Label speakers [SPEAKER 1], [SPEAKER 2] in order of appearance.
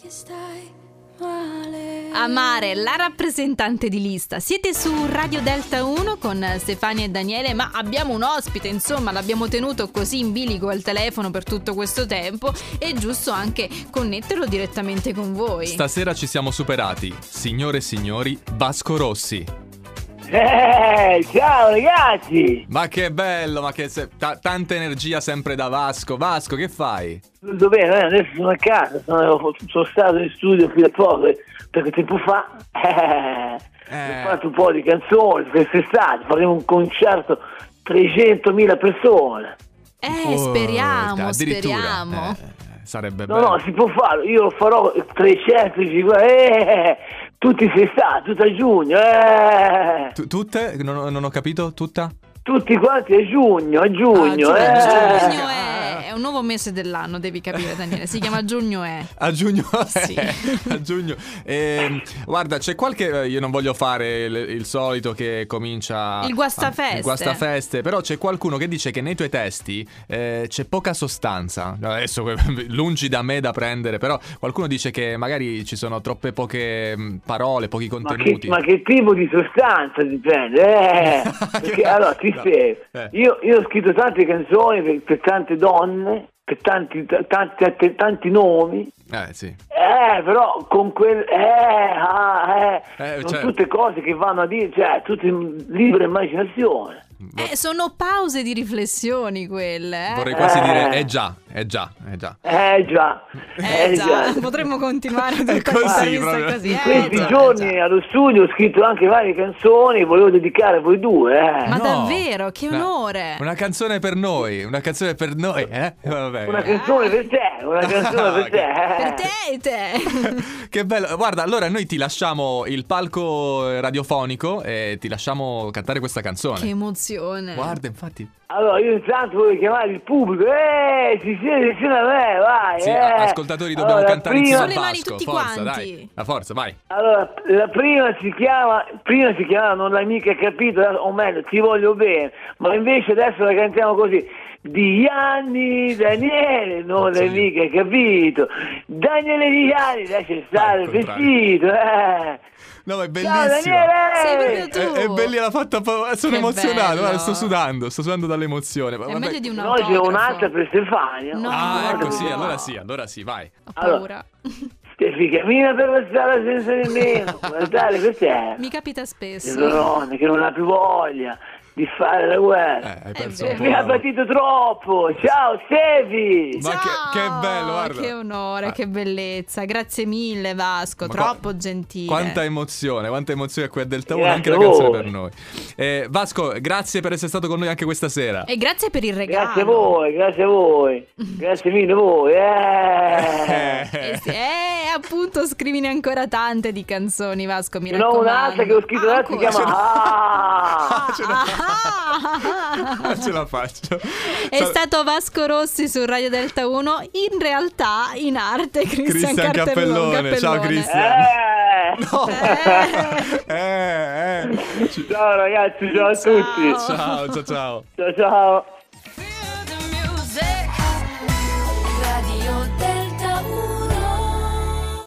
[SPEAKER 1] che stai male.
[SPEAKER 2] Amare, la rappresentante di lista. Siete su Radio Delta 1 con Stefania e Daniele, ma abbiamo un ospite, insomma, l'abbiamo tenuto così in bilico al telefono per tutto questo tempo. È giusto anche connetterlo direttamente con voi.
[SPEAKER 3] Stasera ci siamo superati. Signore e signori, Vasco Rossi.
[SPEAKER 4] Eh, ciao ragazzi!
[SPEAKER 3] Ma che bello, ma che se- ta- tanta energia sempre da Vasco. Vasco, che fai?
[SPEAKER 4] Dov'è? Eh, Adesso sono a casa, sono, sono stato in studio fino a poco, perché tempo fa eh,
[SPEAKER 3] Eh.
[SPEAKER 4] ho fatto un po' di canzoni quest'estate, faremo un concerto 300.000 persone.
[SPEAKER 2] Eh,
[SPEAKER 3] Oh,
[SPEAKER 2] speriamo,
[SPEAKER 3] addirittura.
[SPEAKER 2] speriamo.
[SPEAKER 3] Eh, sarebbe
[SPEAKER 4] No,
[SPEAKER 3] bello.
[SPEAKER 4] no, si può fare, io lo farò 350, eh, tutti quest'estate, tutta giugno, eh,
[SPEAKER 3] Tu- tutte? Non, non ho capito, tutta?
[SPEAKER 4] tutti quanti a giugno, a
[SPEAKER 2] Ah,
[SPEAKER 4] giugno,
[SPEAKER 2] giugno,
[SPEAKER 4] eh.
[SPEAKER 2] giugno è, è un nuovo mese dell'anno, devi capire Daniele, si chiama giugno è.
[SPEAKER 3] A giugno,
[SPEAKER 2] Sì.
[SPEAKER 3] a giugno. Ehm, guarda, c'è qualche. eh, Io non voglio fare il, il solito che comincia.
[SPEAKER 2] Il guastafeste.
[SPEAKER 3] Il guastafeste, però c'è qualcuno che dice che nei tuoi testi eh, c'è poca sostanza. Adesso, lungi da me da prendere, però qualcuno dice che magari ci sono troppe poche mh, parole, pochi
[SPEAKER 4] Ma che,
[SPEAKER 3] contenuti.
[SPEAKER 4] ma che tipo di sostanza dipende? Eh, perché, allora ti
[SPEAKER 3] No,
[SPEAKER 4] spiego.
[SPEAKER 3] eh.
[SPEAKER 4] Io, io ho scritto tante canzoni per, per tante donne, per tanti, t- tanti, t- tanti nomi,
[SPEAKER 3] Eh, sì.
[SPEAKER 4] eh, però con quel... Eh, ah, eh,
[SPEAKER 3] Eh,
[SPEAKER 4] sono
[SPEAKER 3] certo.
[SPEAKER 4] tutte cose che vanno a dire, cioè, tutte in libera immaginazione.
[SPEAKER 2] Eh, sono pause di riflessioni quelle. Eh?
[SPEAKER 3] Vorrei quasi
[SPEAKER 4] Eh.
[SPEAKER 3] dire, eh già, eh già, eh già.
[SPEAKER 4] Eh già,
[SPEAKER 2] Eh,
[SPEAKER 4] eh,
[SPEAKER 2] già, potremmo continuare tutta
[SPEAKER 3] È così,
[SPEAKER 2] l'intervista
[SPEAKER 3] proprio.
[SPEAKER 2] così.
[SPEAKER 3] In
[SPEAKER 2] eh,
[SPEAKER 4] Questi
[SPEAKER 2] già,
[SPEAKER 4] giorni
[SPEAKER 2] già.
[SPEAKER 4] allo studio ho scritto anche varie canzoni, volevo dedicare a voi due. Eh.
[SPEAKER 2] Ma
[SPEAKER 3] No.
[SPEAKER 2] davvero, che
[SPEAKER 3] Una-
[SPEAKER 2] onore.
[SPEAKER 3] Una canzone per noi, una canzone per noi, eh? Vabbè.
[SPEAKER 4] Una canzone per te, una canzone per te. eh.
[SPEAKER 2] Per te e
[SPEAKER 3] Eh.
[SPEAKER 2] te.
[SPEAKER 3] Che bello, guarda, allora noi ti lasciamo il palco eh, radiofonico e ti lasciamo cantare questa canzone.
[SPEAKER 2] che emozione.
[SPEAKER 3] Guarda, infatti.
[SPEAKER 4] Allora, io intanto voglio chiamare il pubblico, eh, ci siete insieme a me, vai,
[SPEAKER 3] Sì,
[SPEAKER 4] eh.
[SPEAKER 3] a- ascoltatori, dobbiamo
[SPEAKER 4] Allora,
[SPEAKER 3] cantare
[SPEAKER 4] prima-
[SPEAKER 3] insieme a
[SPEAKER 2] Sulle mani
[SPEAKER 3] Vasco.
[SPEAKER 2] tutti quanti.
[SPEAKER 3] forza, dai. La forza, vai.
[SPEAKER 4] Allora, la prima si chiama, prima si chiamava Non l'hai mica capito, eh, o meglio, ti voglio bene, ma invece adesso la cantiamo così. Di anni Daniele, non l'hai
[SPEAKER 3] Oddio.
[SPEAKER 4] mica capito. Daniele Di Gianni, lascia
[SPEAKER 3] Ah,
[SPEAKER 4] stare
[SPEAKER 3] al
[SPEAKER 4] il
[SPEAKER 3] contrario.
[SPEAKER 4] vestito, eh.
[SPEAKER 3] No, ma è
[SPEAKER 4] Ciao Daniele!
[SPEAKER 2] Sei proprio tu.
[SPEAKER 3] È, è bella la fatta paura. eh, Sono
[SPEAKER 2] Che
[SPEAKER 3] emozionato,
[SPEAKER 2] bello.
[SPEAKER 3] guarda, sto sudando, sto sudando dall'emozione. Ma
[SPEAKER 2] È
[SPEAKER 3] vabbè.
[SPEAKER 2] meglio di un
[SPEAKER 4] No, c'è
[SPEAKER 2] autografo.
[SPEAKER 4] un'altra per Stefania.
[SPEAKER 2] No.
[SPEAKER 3] Ah,
[SPEAKER 2] No.
[SPEAKER 3] ecco sì, allora sì, allora sì, vai.
[SPEAKER 2] Ho
[SPEAKER 4] Allora.
[SPEAKER 2] paura.
[SPEAKER 4] Stefania, cammina per la strada senza nemmeno. Guardate, questa è.
[SPEAKER 2] Mi capita
[SPEAKER 4] Sì.
[SPEAKER 2] spesso.
[SPEAKER 4] Verone che non ha più voglia di fare la guerra.
[SPEAKER 3] Eh, hai perso
[SPEAKER 2] Eh,
[SPEAKER 3] un po'.
[SPEAKER 4] Mi ha
[SPEAKER 3] la-
[SPEAKER 4] battito troppo. Ciao Stevi!
[SPEAKER 3] Ma che-
[SPEAKER 2] Ciao,
[SPEAKER 3] che bello, guarda.
[SPEAKER 2] Che onore,
[SPEAKER 3] Ah.
[SPEAKER 2] che bellezza. Grazie mille Vasco,
[SPEAKER 3] Ma
[SPEAKER 2] troppo
[SPEAKER 3] qua-
[SPEAKER 2] gentile.
[SPEAKER 3] Quanta emozione, quanta emozione qui a Delta 1,
[SPEAKER 4] Grazie
[SPEAKER 3] anche la
[SPEAKER 4] a voi.
[SPEAKER 3] canzone
[SPEAKER 2] Oh.
[SPEAKER 3] per noi. Eh, Vasco, grazie per essere stato con noi anche questa sera.
[SPEAKER 2] E grazie per il regalo.
[SPEAKER 4] Grazie a voi, grazie a voi, grazie mille a voi. Eh.
[SPEAKER 2] Eh, sì, eh, appunto, scrivine ancora tante di canzoni, Vasco. Mi
[SPEAKER 4] Ce n'ho un'altra che ho scritto adesso, si
[SPEAKER 2] raccomando.
[SPEAKER 4] chiama Ah!
[SPEAKER 3] Ce
[SPEAKER 2] Ah,
[SPEAKER 3] la-
[SPEAKER 2] ancora.
[SPEAKER 3] Non ce la faccio.
[SPEAKER 2] È
[SPEAKER 3] Sa-
[SPEAKER 2] stato Vasco Rossi su Radio Delta 1, in realtà in arte Cristian,
[SPEAKER 3] Cristian
[SPEAKER 2] Cartellone.
[SPEAKER 3] Cappellone. Ciao,
[SPEAKER 2] Cappellone.
[SPEAKER 3] Cristian.
[SPEAKER 4] Eh.
[SPEAKER 3] No.
[SPEAKER 2] Eh.
[SPEAKER 3] Eh, eh.
[SPEAKER 4] Ciao ragazzi, ciao a tutti.
[SPEAKER 3] Ciao, ciao, ciao.
[SPEAKER 4] Ciao ciao.